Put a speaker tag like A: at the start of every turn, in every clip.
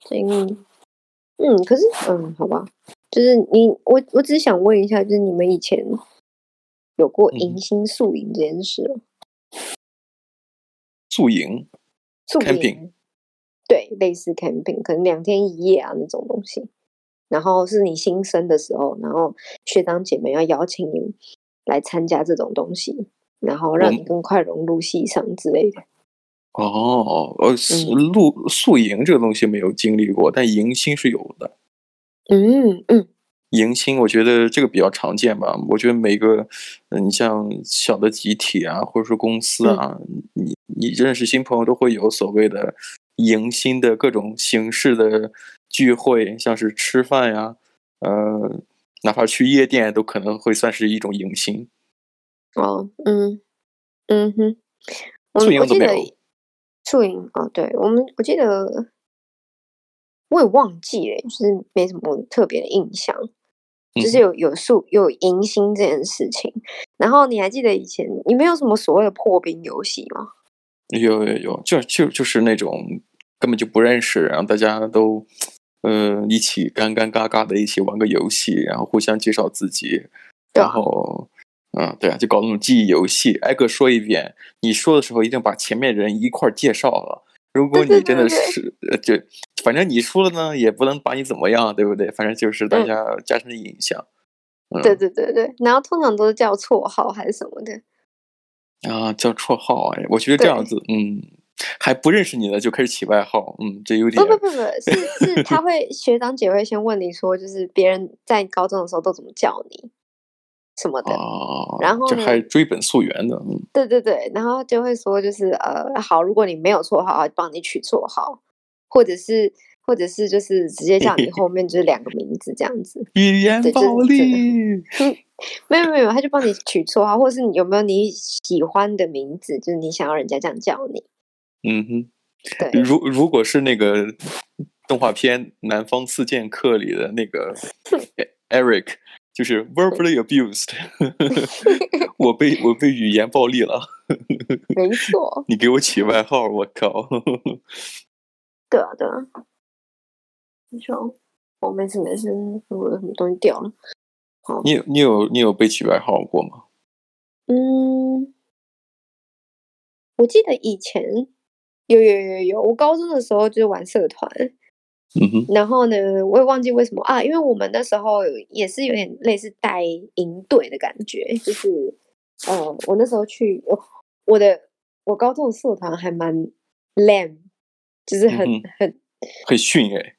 A: 所以，嗯，可是，嗯，好吧，就是你，我我只是想问一下，就是你们以前有过
B: 嗯
A: 迎新宿营这件事吗？
B: 宿营
A: 宿
B: Camping
A: 营，对，类似 camping，可能两天一夜啊那种东西。然后是你新生的时候，然后学长姐妹要邀请你来参加这种东西，然后让你
B: 们
A: 更快融入系上之类的。
B: 哦，呃，宿露宿营这个东西没有经历过，但迎新是有的。
A: 嗯嗯，
B: 迎新，我觉得这个比较常见吧。我觉得每个，嗯，你像小的集体啊，或者说公司啊，你你认识新朋友都会有所谓的迎新的各种形式的聚会，像是吃饭呀、呃，哪怕去夜店都可能会算是一种迎新。
A: 哦，嗯，嗯哼，我
B: 宿营
A: 我
B: 怎
A: 记
B: 么
A: 得
B: 有
A: 宿营哦，对我们我记得我也忘记了，就是没什么特别的印象，就是
B: 嗯
A: 有有宿有迎新这件事情。然后你还记得以前你们有什么所谓的破冰游戏吗？
B: 有有有，就就就是那种根本就不认识，然后大家都，呃，一起干干嘎嘎的一起玩个游戏，然后互相介绍自己，
A: 对啊
B: 然
A: 吧
B: 后，嗯，对啊，就搞那种记忆游戏，挨个说一遍。你说的时候一定把前面人一块儿介绍了。如果
A: 对对
B: 你真
A: 对
B: 的
A: 对
B: 是，呃，就反正你输了呢，也不能把你怎么样，对不对？反正就是大
A: 嗯
B: 家加深印象。嗯，
A: 对对对对，然后通常都是叫绰号还是什么的。
B: 啊，叫绰号哎，我觉得这样
A: 对
B: 子，嗯，还不认识你呢就开始起外号，嗯，这有点
A: 不不不 不，是是他会学长姐会先问你说，就是别人在高中的时候都怎么叫你什么的。
B: 啊，
A: 然后
B: 这
A: 呢
B: 还追本溯源呢，嗯，
A: 对对对，然后就会说就是呃，好，如果你没有绰号，帮你取绰号，或者是或者是就是直接叫你后面就是两个名字这样子，
B: 语言
A: 对这
B: 暴
A: 是真的
B: 力，
A: 没有没有，他就帮你取绰号，或是你有没有你喜欢的名字，就是你想要人家这样叫你，
B: 嗯哼。
A: 对，
B: 如如果是那个动画片《南方四剑客》里的 那个 E- Eric，就是 verbally abused，我被我被语言暴力了，
A: 没错，
B: 你给我起外号，我靠！
A: 对啊对啊，你说我没事没事，我有什么东西掉了，好，
B: 你有你有你有被起外号过吗？
A: 嗯，我记得以前有有有有，我高中的时候就是玩社团。
B: 嗯哼，
A: 然后呢，我也忘记为什么啊，因为我们那时候有也是有点类似带营队的感觉，就是，呃，我那时候去，我我的我高中的社团还蛮 lame，就是很、
B: 嗯哼
A: 很
B: 很逊哎，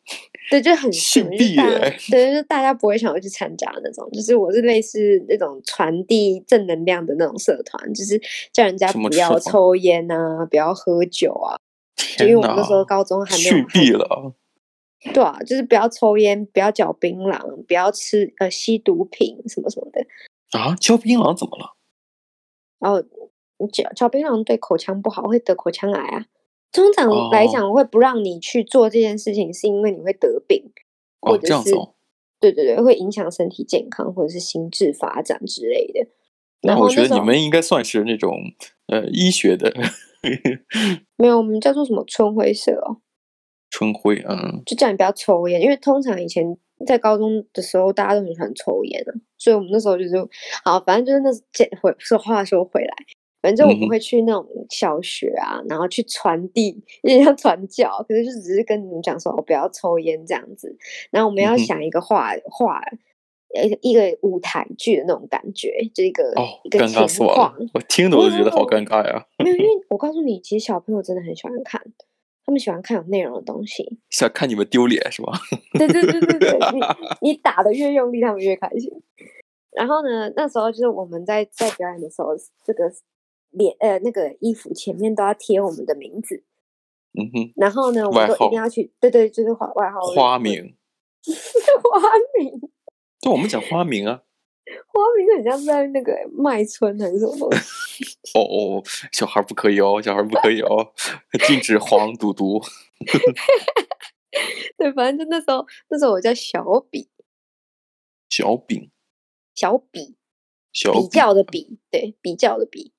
A: 对，就很
B: 性
A: 逊就是
B: 地
A: 大
B: 耶
A: 家对，就是大家不会想要去参加那种，就是我是类似那种传递正能量的那种社团，就是叫人家
B: 什么
A: 不
B: 社
A: 要
B: 团
A: 抽烟啊，不要喝酒啊，就因为
B: 天
A: 我们那时候
B: 哪，
A: 高中还没有
B: 逊
A: 还
B: 毙了，
A: 对啊，就是不要抽烟，不要嚼槟榔，不要吃呃吸毒品什么什么的。
B: 啊！嚼槟榔怎么了？
A: 然后嚼嚼槟榔对口腔不好，会得口腔癌啊。通常来
B: 哦
A: 讲会不让你去做这件事情，是因为你会得病，或
B: 哦，
A: 者
B: 这样
A: 是
B: 子哦，
A: 对对对，会影响身体健康或者是心智发展之类的。然
B: 那
A: 后
B: 我觉
A: 时
B: 得你
A: 候
B: 们应该算是那种呃医学的
A: 没有，我们叫做什么春晖社哦，
B: 春晖，嗯，
A: 就叫你不要抽烟，因为通常以前在高中的时候，大家都很喜欢抽烟啊，所以我们那时候就是，好，反正就是那这回说话说回来，反正我
B: 嗯
A: 们
B: 哼
A: 会去那种小学啊，然后去传递，有点像传教，可是就只是跟你们讲说，哦，不要抽烟这样子，然后我们要
B: 嗯哼
A: 想一个话话。一个一个舞台剧的那种感觉，就一个、
B: 哦
A: 一，个
B: 尴
A: 情
B: 尬死我
A: 况哦
B: 了，，我听着我
A: 不
B: 就觉得好
A: 不不
B: 尴尬呀。
A: 没有，因为我告诉你，其实小朋友真的很喜欢看，他们喜欢看有内容的东西，
B: 想看你们丢脸是吧？
A: 对对对对对，你你打的越用力，他们越开心。然后呢，那时候就是我们在在表演的时候，这个脸呃那个衣服前面都要贴我们的名字，
B: 嗯哼，
A: 然后呢，我们
B: 外
A: 都一
B: 号
A: 定要去，对对，就是花外号
B: 花，名，
A: 花名，
B: 对，我们讲花名啊。
A: 花名很像是在那个卖春还是什么东西
B: 哦哦，小孩不可以哦，小孩不可以哦，禁止黄赌毒。
A: 对，反正就那时候那时候我叫小比
B: 小饼，
A: 小比
B: 小
A: 比
B: 饼，
A: 较的比，对比较的比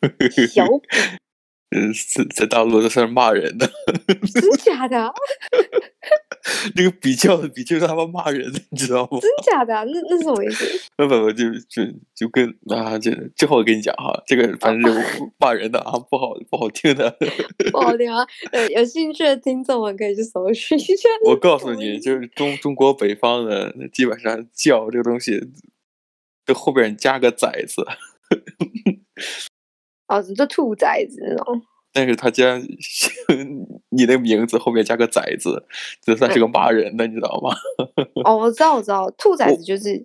A: 小比，
B: 嗯，在在大陆都是骂人的。
A: 真假的啊？
B: 那个比较的比这个他妈骂人的，你知道吗？
A: 真假的啊、那那是什么意思？
B: 不不不，就就就跟啊，这之后我跟你讲哈，这个反正就
A: 哦
B: 骂人的啊，不好不好听的。
A: 不好听啊！有有兴趣的听众们可以去搜寻一下。
B: 我告诉你，，就是中中国北方的，基本上叫这个东西，这后边加个崽字，
A: 哦，就兔崽子那种。
B: 但是他加 你的名字后面加个崽字，这算是个骂人的，你知道吗？嗯
A: 哦，我知道，我知道，兔崽子就是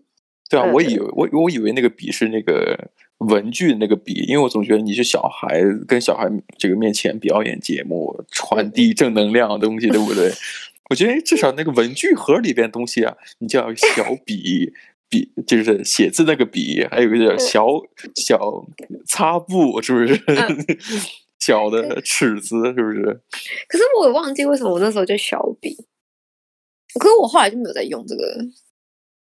B: 对啊，我
A: 嗯
B: 以为我我以为那个笔是那个文具那个笔，因为我总觉得你是小孩跟小孩这个面前表演节目，传递正能量的东西，对不对？ 我觉得至少那个文具盒里边东西啊，你叫小笔。笔就是写字那个笔，还有一个叫
A: 嗯
B: 小小擦布，是不是？
A: 嗯
B: 小的尺子，是不是？
A: 可是我也忘记为什么我那时候叫小笔，可是我后来就没有再用这个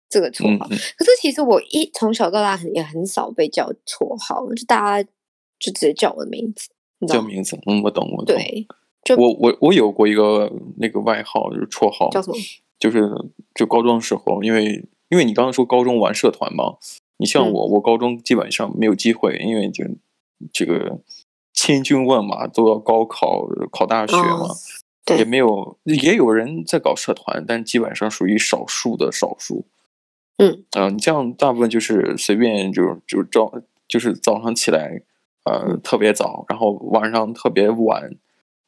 A: 这个绰
B: 嗯
A: 号。
B: 嗯
A: 可是其实我一从小到大很也很少被叫绰号，就大家就直接叫我的名字，你知
B: 叫
A: 道吗？
B: 名字，嗯，我懂，我懂。
A: 对，就
B: 我我我有过一个那个外号，就是绰号，
A: 叫什么？
B: 就是就高中的时候，因为因为你刚刚说高中玩社团嘛，你像
A: 嗯
B: 我，我高中基本上没有机会，因为就这个千军万马都要高考考大学嘛，
A: 哦对
B: 也没有也有人在搞社团，但基本上属于少数的少数。
A: 嗯，
B: 啊、你像大部分就是随便就是就是早就是早上起来，呃，
A: 嗯
B: 特别早，然后晚上特别晚，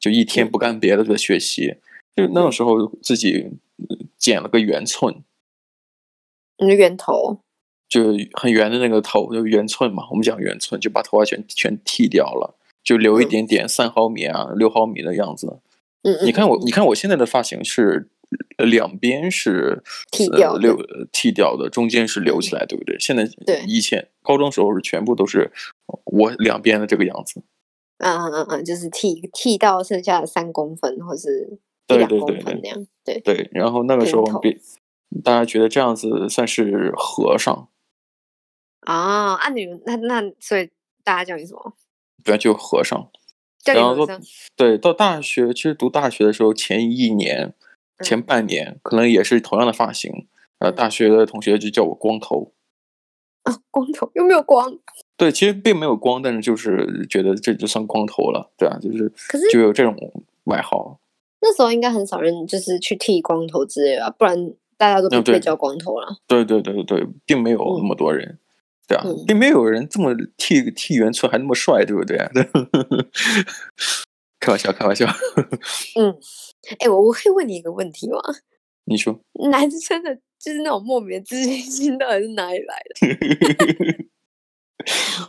B: 就一天
A: 嗯
B: 不干别的就在学习。就那种时候自己呃剪了个圆寸，
A: 你的源头
B: 就很圆的那个头，就圆寸嘛，我们讲圆寸，就把头发全全剃掉了，就留一
A: 嗯
B: 点点三毫米啊、六毫米的样子。
A: 嗯，嗯
B: 你看我，
A: 嗯
B: 你看我现在的发型是呃两边是
A: 剃
B: 呃
A: 掉的嗯
B: 留呃剃掉的，中间是留起来，对不对？现在
A: 对
B: 以前高中时候是全部都是我两边的这个样子。
A: 嗯嗯嗯嗯，就是剃剃到剩下的三公分或是一
B: 对
A: 两
B: 对
A: 公
B: 对
A: 分
B: 对
A: 那样，对，
B: 对，然后那个时候
A: 平头
B: 比大家觉得这样子算是和尚，
A: 啊，啊你们那那所以大家叫你什么？
B: 对，就和尚。
A: 叫
B: 然后
A: 你
B: 说
A: 什么？
B: 对，到大学其实读大学的时候，前一年、前
A: 嗯
B: 半年可能也是同样的发型，呃，
A: 嗯
B: 大学的同学就叫我光头。
A: 啊，光头又没有光，
B: 对，其实并没有光，但是就是觉得这就算光头了，对啊，就是
A: 可是
B: 就有这种外号。
A: 那时候应该很少人就是去剃光头之类的吧，不然大家都
B: 嗯
A: 不
B: 对
A: 被叫光头了。
B: 对对对对对，并没有那么多人，对啊，
A: 嗯
B: 并没有人这么剃剃圆寸还那么帅，对不对？ 开玩笑，开玩笑，
A: 哎、我我可以问你一个问题吗？
B: 你说。
A: 男生的就是那种莫名的自信心到底是哪里来的？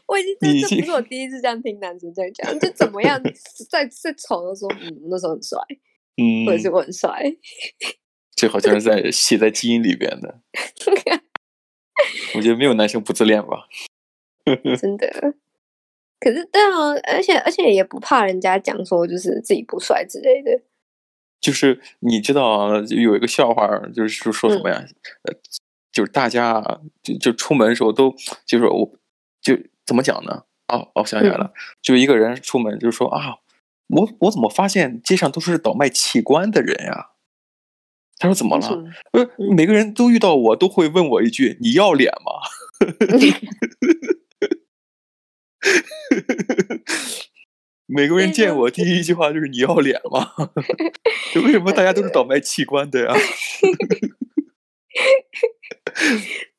A: 我已经
B: 你
A: 这这
B: 这
A: 不是我第一次这样听男生这样讲，就怎么样再再丑都说嗯那时候很帅，
B: 嗯
A: 或，者是 我很帅。
B: 这好像是在写在基因里边的。我觉得没有男生不自恋吧。
A: 真的。可是对啊，而且而且也不怕人家讲说就是自己不帅之类的。
B: 就是你知道啊，就有一个笑话儿，就是说说什么呀？呃，就是大家啊就就出门的时候都就是我就怎么讲呢？哦哦，想起来了，就一个人出门就说啊，我我怎么发现街上都是倒卖器官的人呀、他说怎么
A: 为
B: 了
A: 什？么
B: 不是每个人都遇到我都会问我一句：“你要脸吗？” 每个人见我第一句话就是“你要脸吗？” 就为什么大家都是倒卖器官的呀？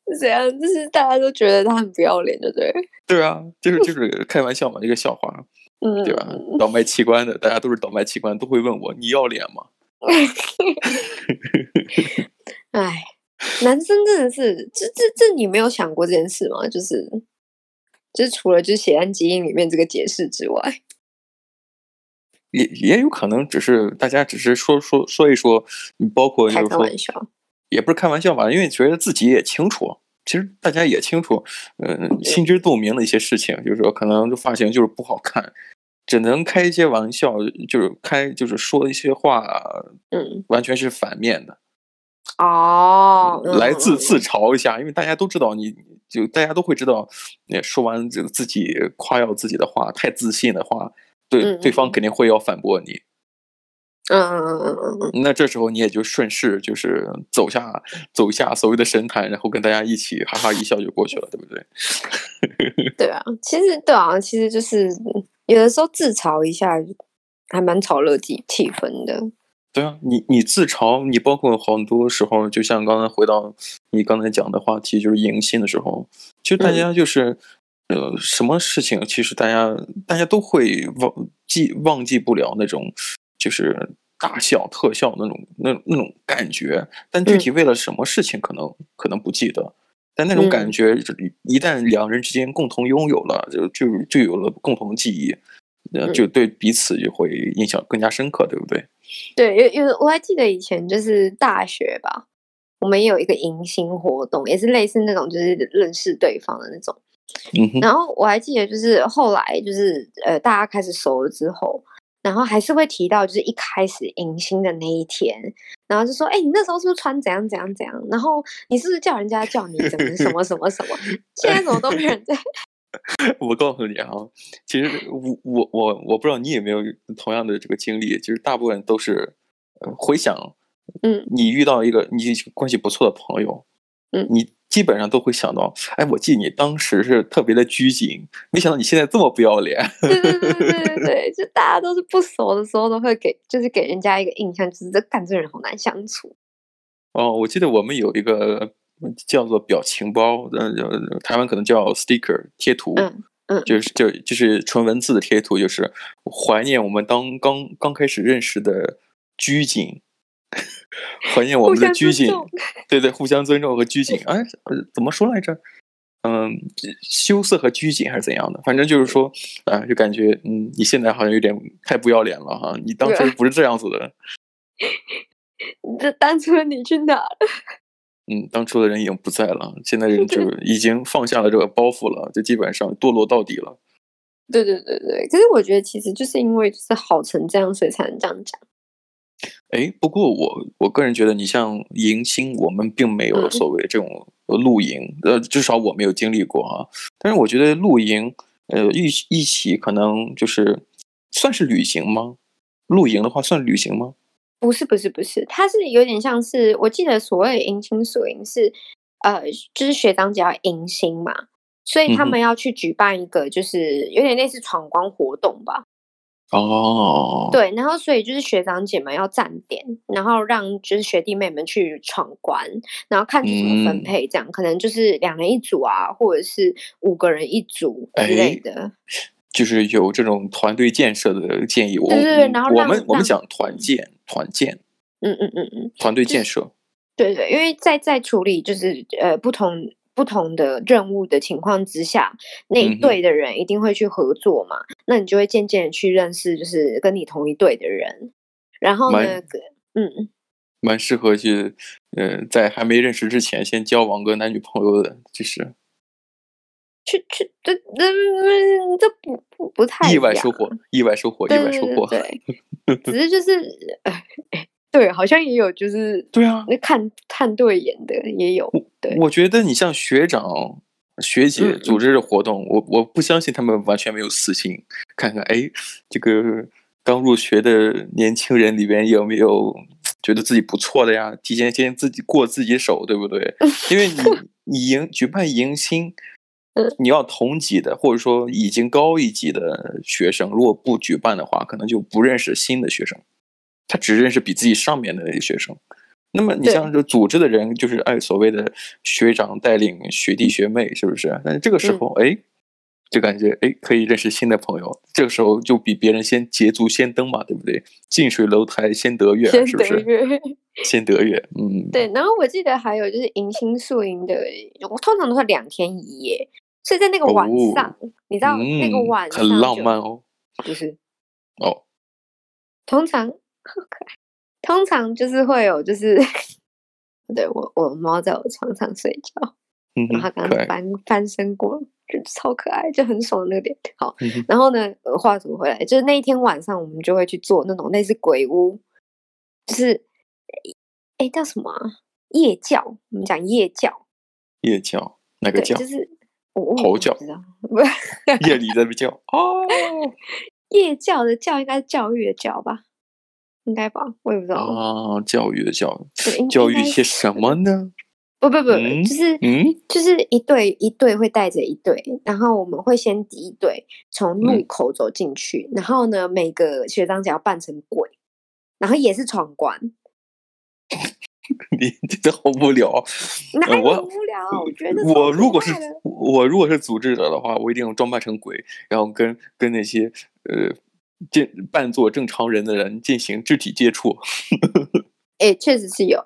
A: 是怎样？就是大家都觉得他很不要脸，对不对了？
B: 对啊，就是就是开玩笑嘛，一个笑话，
A: 嗯，
B: 对吧？啊倒卖器官的，大家都是倒卖器官，都会问我：“你要脸吗
A: 哎，男生真的是，这这这，你没有想过这件事吗？就是，就是除了就是血汗基因里面这个解释之外，？”
B: 也也有可能只是大家只是说说说一说，嗯包括就
A: 开
B: 是
A: 开
B: 说
A: 玩笑。
B: 也不是开玩笑吧，因为觉得自己也清楚，其实大家也清楚，嗯，心知肚明的一些事情，就是说可能这发型就是不好看，只能开一些玩笑，就是开就是说一些话，
A: 嗯，
B: 完全是反面的，
A: 哦，嗯
B: 来自
A: 嗯
B: 自嘲一下，因为大家都知道你。就大家都会知道，呃说完这个自己夸耀自己的话，太自信的话，对
A: 嗯嗯
B: 对方肯定会要反驳你。
A: 嗯嗯嗯嗯嗯嗯，
B: 那这时候你也就顺势就是走下走下所谓的神坛，然后跟大家一起哈哈一笑就过去了，对不对？
A: 对啊，其实对啊，其实就是有的时候自嘲一下，还蛮炒热气气氛的。
B: 对啊，你你自嘲，你包括很多时候，就像刚才回到你刚才讲的话题，就是迎新的时候，就大家就是、呃，什么事情，其实大家大家都会忘记忘记不了那种就是大笑特笑那种那那种感觉，但具体为了什么事情，可能、可能不记得。但那种感觉，一旦两人之间共同拥有了，就就就有了共同记忆，呃，
A: 嗯
B: 就对彼此就会印象更加深刻，对不对？
A: 对，有有，我还记得以前就是大学吧，我们也有一个迎新活动，也是类似那种就是认识对方的那种。
B: 嗯哼，
A: 然后我还记得就是后来就是呃大家开始熟了之后，然后还是会提到就是一开始迎新的那一天，然后就说哎、你那时候是不是穿怎样怎样怎样，然后你是不是叫人家叫你怎么什么什么什么，现在怎么都没人在
B: 我告诉你啊，其实我我我我不知道你有没有同样的这个经历，就是大部分都是，呃，回想
A: 嗯
B: 你遇到一个你关系不错的朋友，
A: 嗯
B: 你基本上都会想到，哎，我记得你当时是特别的拘谨，没想到你现在这么不要脸。
A: 对对对对对对，就大家都是不熟的时候都会给就是给人家一个印象，就是这干这人好难相处。
B: 哦，我记得我们有一个叫做表情包，呃，呃台湾可能叫 sticker 贴图，
A: 嗯嗯
B: 就是就就是纯文字的贴图，就是怀念我们当刚刚开始认识的拘谨， 怀念我
A: 互
B: 们的
A: 相
B: 拘
A: 尊
B: 谨
A: 重，
B: 对对，互相尊重和拘谨，哎，呃怎么说来着？嗯，羞涩和拘谨还是怎样的？反正就是说，啊、就感觉，嗯，你现在好像有点太不要脸了哈，你当时
A: 对啊
B: 不是这样子的。
A: 你这当初你去哪儿？
B: 嗯，当初的人已经不在了，现在 人就已经放下了这个包袱了，就基本上堕落到底了。
A: 对对对对，可是我觉得其实就是因为就是好成这样，所以才能这样讲。
B: 哎，不过我我个人觉得，你像迎新，我们并没有
A: 嗯
B: 所谓这种呃露营，呃，至少我没有经历过啊。但是我觉得露营，呃，一起一起可能就是算是旅行吗？露营的话算旅行吗？
A: 不是不是不是，它是有点像是我记得所谓迎新宿营是，呃，就是学长姐要迎新嘛，所以他
B: 嗯哼
A: 们要去举办一个就是有点类似闯关活动吧。
B: 哦，，
A: 对，然后所以就是学长姐们要站点，然后让就是学弟妹们去闯关，然后看是怎么
B: 嗯
A: 分配，这样、可能就是两人一组啊，或者是五个人一组之类
B: 哎
A: 的。
B: 就是有这种团队建设的建议。我
A: 对对对然后
B: 我
A: 让
B: 们我们
A: 让
B: 讲团建，团建，
A: 嗯嗯嗯嗯，
B: 团队
A: 就
B: 建
A: 是
B: 设。
A: 对对，因为在在处理就是呃不同不同的任务的情况之下，那
B: 嗯
A: 一
B: 哼
A: 队的人一定会去合作嘛，那你就会渐渐地去认识就是跟你同一队的人，然后
B: 蛮
A: 呢，个嗯，
B: 蛮适合去，呃，在还没认识之前先交往个男女朋友的，就是
A: 去去这这这这不不不太
B: 意
A: 一
B: 外
A: 样
B: 收获，意外收获，意
A: 对
B: 外
A: 对
B: 收
A: 对
B: 获。
A: 对， 只是就是呃，对，好像也有就是
B: 对啊，
A: 那看看对眼的也有，对
B: 我觉得你像学长、学姐
A: 嗯
B: 组织的活动，我我不相信他们完全没有私心，看看哎，这个刚入学的年轻人里边有没有觉得自己不错的呀？提前先自己过自己手，对不对？因为你你迎举办迎新
A: 嗯。
B: 你要同级的，或者说已经高一级的学生，如果不举办的话，可能就不认识新的学生，他只认识比自己上面的那个学生。那么你
A: 对
B: 像这组织的人，就是哎所谓的学长带领学弟学妹，是不是？但是这个时
A: 嗯
B: 候，哎、就感觉哎可以认识新的朋友，这个时候就比别人先捷足先登嘛，对不对？近水楼台先得月，啊
A: 先
B: 是不
A: 得
B: 是？
A: 月。
B: 先得月，嗯，
A: 对，然后我记得还有就是迎新宿营的，我通常都是两天一夜，所以在那个晚
B: 哦
A: 上，你知道那个
B: 嗯，
A: 晚上
B: 很浪
A: 就
B: 漫，哦。
A: 就是
B: 哦，
A: 通常好可爱，通常就是会有就是， 对我我猫在我床上睡觉，
B: 嗯
A: 然后
B: 哼
A: 它，刚
B: 可
A: 刚
B: 爱，
A: 翻翻身过，就超可爱，就很爽那个脸。好，
B: 嗯哼，
A: 然后呢，呃话说回来，就是那一天晚上我们就会去做那种类似鬼屋，就是哎叫什么啊、夜教，我们讲夜教。
B: 夜叫哪个
A: 对，
B: 叫
A: 就？是我我
B: 嚎
A: 我
B: 叫
A: 不知道，不是
B: 夜里在那叫哦，
A: 夜教的教应该是教育的教吧？应该吧，我也不知道。
B: 啊，教育的教
A: 对应
B: 教
A: 应
B: 育
A: 该
B: 一些什么呢？
A: 不不不，
B: 嗯
A: 就是
B: 嗯
A: 就是一队一队会带着一队，然后我们会先第一队从路
B: 嗯
A: 口走进去，然后呢，每个学长只要扮成鬼，然后也是闯关，
B: 你你这好无聊。
A: 哪
B: 呃
A: 有
B: 我
A: 无聊啊？我觉得超
B: 我如
A: 可
B: 果是
A: 怕的
B: 我如果是组织者的话，我一定装扮成鬼，然后跟跟那些呃进扮作正常人的人进行肢体接触。
A: 哎，确实是有，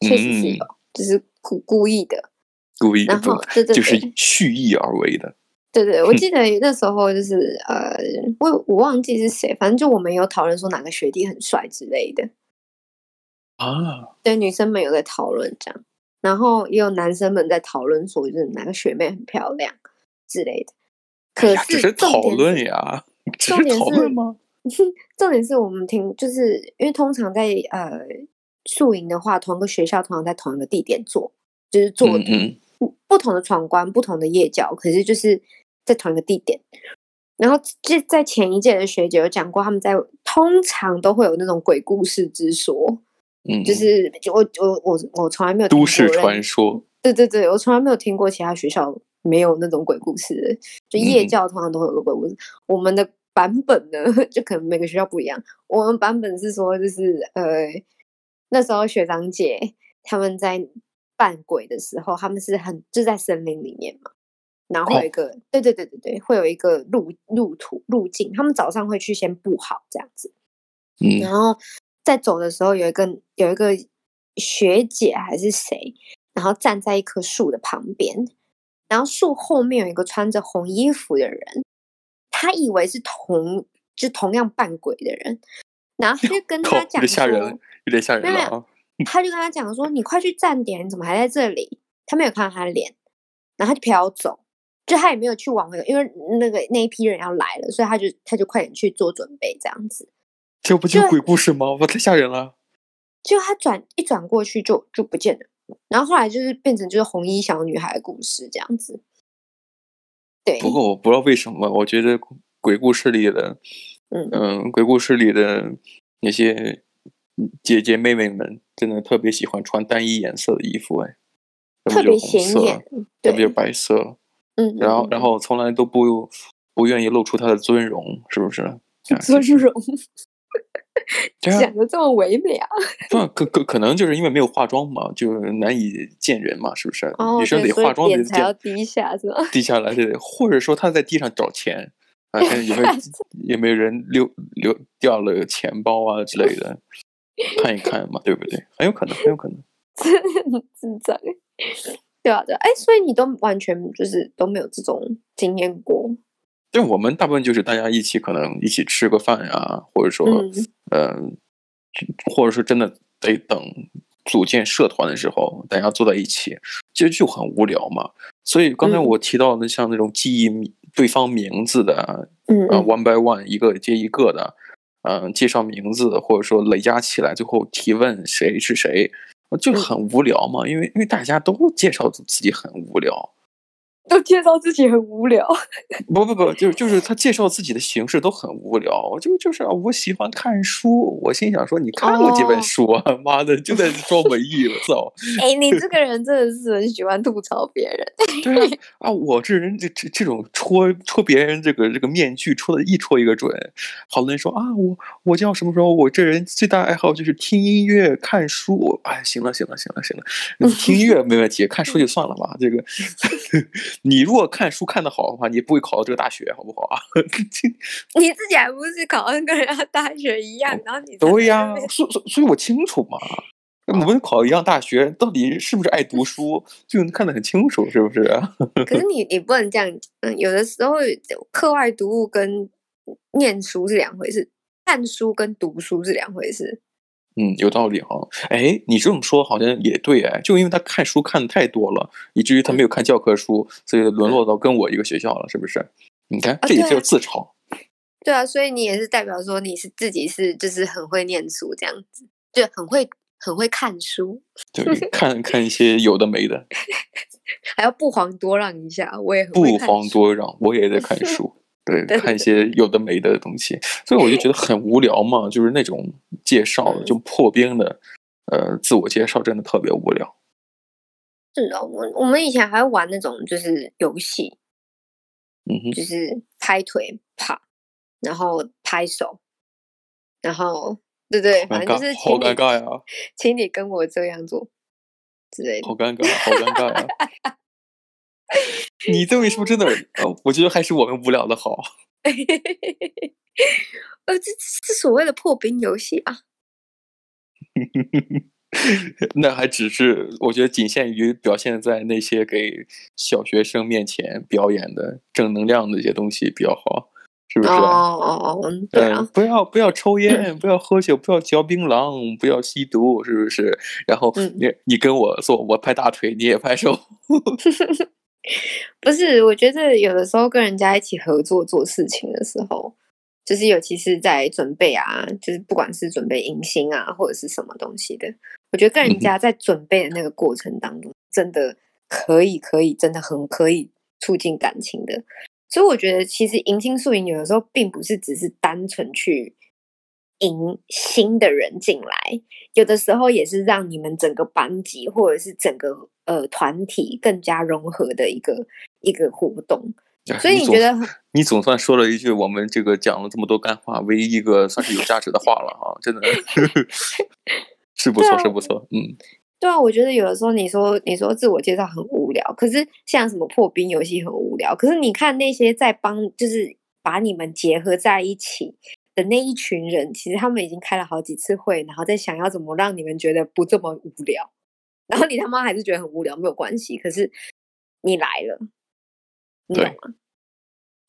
A: 确实是
B: 嗯
A: 有，就是故故意的。
B: 故意
A: 然
B: 不
A: 后对对
B: 就是
A: 对
B: 蓄意而为的。
A: 对对，我记得那时候就是呃，我我忘记是谁，反正就我们有讨论说哪个学弟很帅之类的。
B: 啊，
A: 对女生们有在讨论这样，然后也有男生们在讨论说就是哪个学妹很漂亮之类的。
B: 哎
A: 可
B: 呀，只
A: 是重
B: 讨
A: 点
B: 论
A: 是
B: 呀，只
A: 重
B: 是
A: 点
B: 讨
A: 是
B: 论吗？
A: 重点是我们听，就是因为通常在呃宿营的话，同一个学校通常在同一个地点做，就是做
B: 嗯嗯
A: 不不同的闯关、不同的夜教，可是就是在同一个地点。然后就在前一届的学姐有讲过，他们在通常都会有那种鬼故事之说，
B: 嗯，
A: 就是就我我我我从来没有听
B: 都
A: 过
B: 市
A: 任
B: 传说。
A: 对对对，我从来没有听过其他学校没有那种鬼故事的，就夜
B: 嗯
A: 教通常都会有个鬼故事。我们的版本呢， 就可能每个学校不一样。我们版本是说，就是呃，那时候学长姐他们在扮鬼的时候，他们是很就在森林里面嘛，然
B: 哦
A: 后会有一个、对对对对对，会有一个路路途路径，他们早上会去先布好这样子。然
B: 嗯
A: 后在走的时候，有一个有一个学姐还是谁，然后站在一棵树的旁边，然后树后面有一个穿着红衣服的人，他以为是同就同样扮鬼的人，然后他就跟
B: 靠，
A: 他
B: 有
A: 讲
B: 点吓
A: 说，
B: 人了，嗯有点吓人
A: 没有
B: 了
A: 没
B: 啊！
A: 他就跟他讲说：“你快去站点，你怎么还在这里？”他没有看到他的脸，然后他就飘走，就他也没有去往回，因为那个那一批人要来了，所以他就他就快点去做准备这样子。
B: 这不就是
A: 对
B: 鬼故事吗？我太吓人了。
A: 就他转一转过去就就不见了，然后后来就是变成就是红衣小女孩的故事这样子。对，
B: 不过我不知道为什么，我觉得鬼故事里的，
A: 嗯，
B: 嗯，鬼故事里的那些姐姐妹妹们，真的特别喜欢穿单一颜色的衣服，哎，要
A: 特
B: 不就
A: 别
B: 红
A: 显眼
B: 色，，要
A: 对
B: 不，就白色，
A: 嗯，
B: 然后
A: 嗯
B: 然后从来都不不愿意露出她的尊容，是不是？哎
A: 嗯 尊容
B: 这 样
A: 讲的这么啊惟 妙，
B: 不可可可能就是因为没有化妆嘛，就是难以见人嘛，是不是？
A: 哦，
B: 女生
A: 对，
B: 得
A: 所以
B: 化妆
A: 脸
B: 得
A: 才要
B: 见
A: 低下是吗？
B: 低下来，对，或者说她在地上找钱，啊，看 有没有有没有人溜溜掉了钱包啊之类的，看一看嘛，对不对？很有可能，很有可能。
A: 智障，对啊，对啊，哎，所以你都完全就是都没有这种经验过，
B: 就我们大部分就是大家一起可能一起吃个饭呀、或者说，
A: 嗯
B: 呃，或者说真的得等组建社团的时候，大家坐在一起，其实就很无聊嘛。所以刚才
A: 嗯
B: 我提到的像那种记忆名对方名字的啊、
A: 嗯
B: 呃、
A: 嗯
B: ，one by one 一个接一个的，嗯、介绍名字或者说累加起来，最后提问谁是
A: 嗯
B: 谁，就很无聊嘛。因为因为大家都介绍自己很无聊，
A: 都介绍自己很无聊，
B: 不不不，就就是他介绍自己的形式都很无聊，就就是啊我喜欢看书，我心想说你看过几本
A: 哦
B: 书啊？ 妈的，就在装文艺，我操！
A: 哎，你这个人真的是很喜欢吐槽别人，
B: 对啊啊，我这人这这这种戳戳别人这个这个面具戳的一戳一个准。好多人说啊，我我叫什么时候？我这人最大爱好就是听音乐、看书。哎，行了行了行了行了，你听音乐没问题，看书就算了吧。这个 你如果看书看得好的话，你不会考到这个大学，好不好啊？
A: 你自己还不是考上跟人家大学一样，然后你在
B: 哦对
A: 那
B: 呀、
A: 边
B: 所所所以，我清楚嘛。我
A: 啊
B: 们考一样大学，到底是不是爱读书，就能看得很清楚，是不啊是？
A: 可是你你不能这样讲，嗯，有的时候课外读物跟念书是两回事，看书跟读书是两回事。
B: 嗯，有道理哈、哎，你这么说好像也对哎，就因为他看书看的太多了，以至于他没有看教科书，所以沦落到跟我一个学校了，是不是？你看，这也
A: 对
B: 叫
A: 啊
B: 自嘲。
A: 对啊，所以你也是代表说你是自己是就是很会念书这样子，就很会很会看书，
B: 对，看看一些有的没的，
A: 还要不遑多让一下，我也很会
B: 不
A: 看
B: 遑
A: 书
B: 多让，我也在看书。对，
A: 对
B: 看一些有的没的东西，所以我就觉得很无聊嘛，就是那种介绍的
A: 嗯
B: 就破冰的，呃，自我介绍真的特别无聊。
A: 是哦，我我们以前还玩那种就是游戏，
B: 嗯哼，
A: 就是拍腿啪，然后拍手，然后对对，
B: 尴
A: 反正就是
B: 尬，好
A: 请
B: 尴
A: 你
B: 尬呀，
A: 请你跟我这样做之类的
B: 好。尴尬，好尴尬呀！ 你这么一说，真的，呃，我觉得还是我们无聊的好。
A: 呃，这这所谓的破冰游戏啊，
B: 那还只是，我觉得仅限于表现在那些给小学生面前表演的正能量的一些东西比较好，是不是
A: 哦
B: 啊？
A: 哦哦，对
B: 嗯
A: 啊，嗯
B: 不要不要抽烟，不要喝酒，不要嚼槟榔，不要吸毒，是不是？然后
A: 嗯
B: 你、你跟我做，我拍大腿，你也拍手。
A: 不是，我觉得有的时候跟人家一起合作做事情的时候，就是尤其是在准备啊，就是不管是准备迎新啊，或者是什么东西的，我觉得跟
B: 嗯
A: 人
B: 哼
A: 家在准备的那个过程当中，真的可以，可以，真的很可以促进感情的。所以我觉得，其实迎新宿营有的时候并不是只是单纯去迎新的人进来，有的时候也是让你们整个班级或者是整个呃团体更加融合的一个一个活动。所以
B: 你
A: 你
B: 总
A: 觉得很
B: 你总算说了一句我们这个讲了这么多干话，唯一一个算是有价值的话了哈、真的 是不
A: 对
B: 错，
A: 啊
B: 是不错，嗯。
A: 对啊？我觉得有的时候你说你说自我介绍很无聊，可是像什么破冰游戏很无聊，可是你看那些在帮，就是把你们结合在一起。的那一群人，其实他们已经开了好几次会，然后在想要怎么让你们觉得不这么无聊。然后你他妈还是觉得很无聊，没有关系。可是你来了，你懂
B: 对
A: 吗？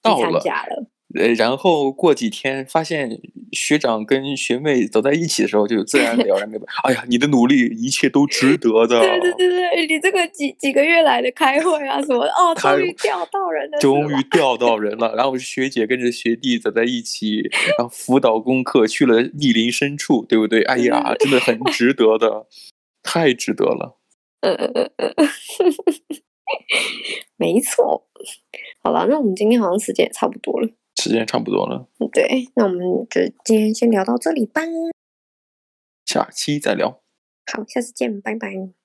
B: 到
A: 你参
B: 了
A: 加了，
B: 呃，然后过几天发现学长跟学妹走在一起的时候，就自然了然明白，哎呀，你的努力一切都值得的。
A: 对对对对，你这个几几个月来的开会啊什么的，哦，
B: 开
A: 终于钓到人了，
B: 终于钓到人了。然后学姐跟着学弟走在一起，然后辅导功课去了密林深处，对不对？哎呀，真的很值得的，太值得了。
A: 嗯嗯嗯嗯，呃没错。好了，那我们今天好像时间也差不多了，
B: 时间差不多了，
A: 对，那我们就今天先聊到这里吧。
B: 下期再聊。
A: 好，下次见，拜拜。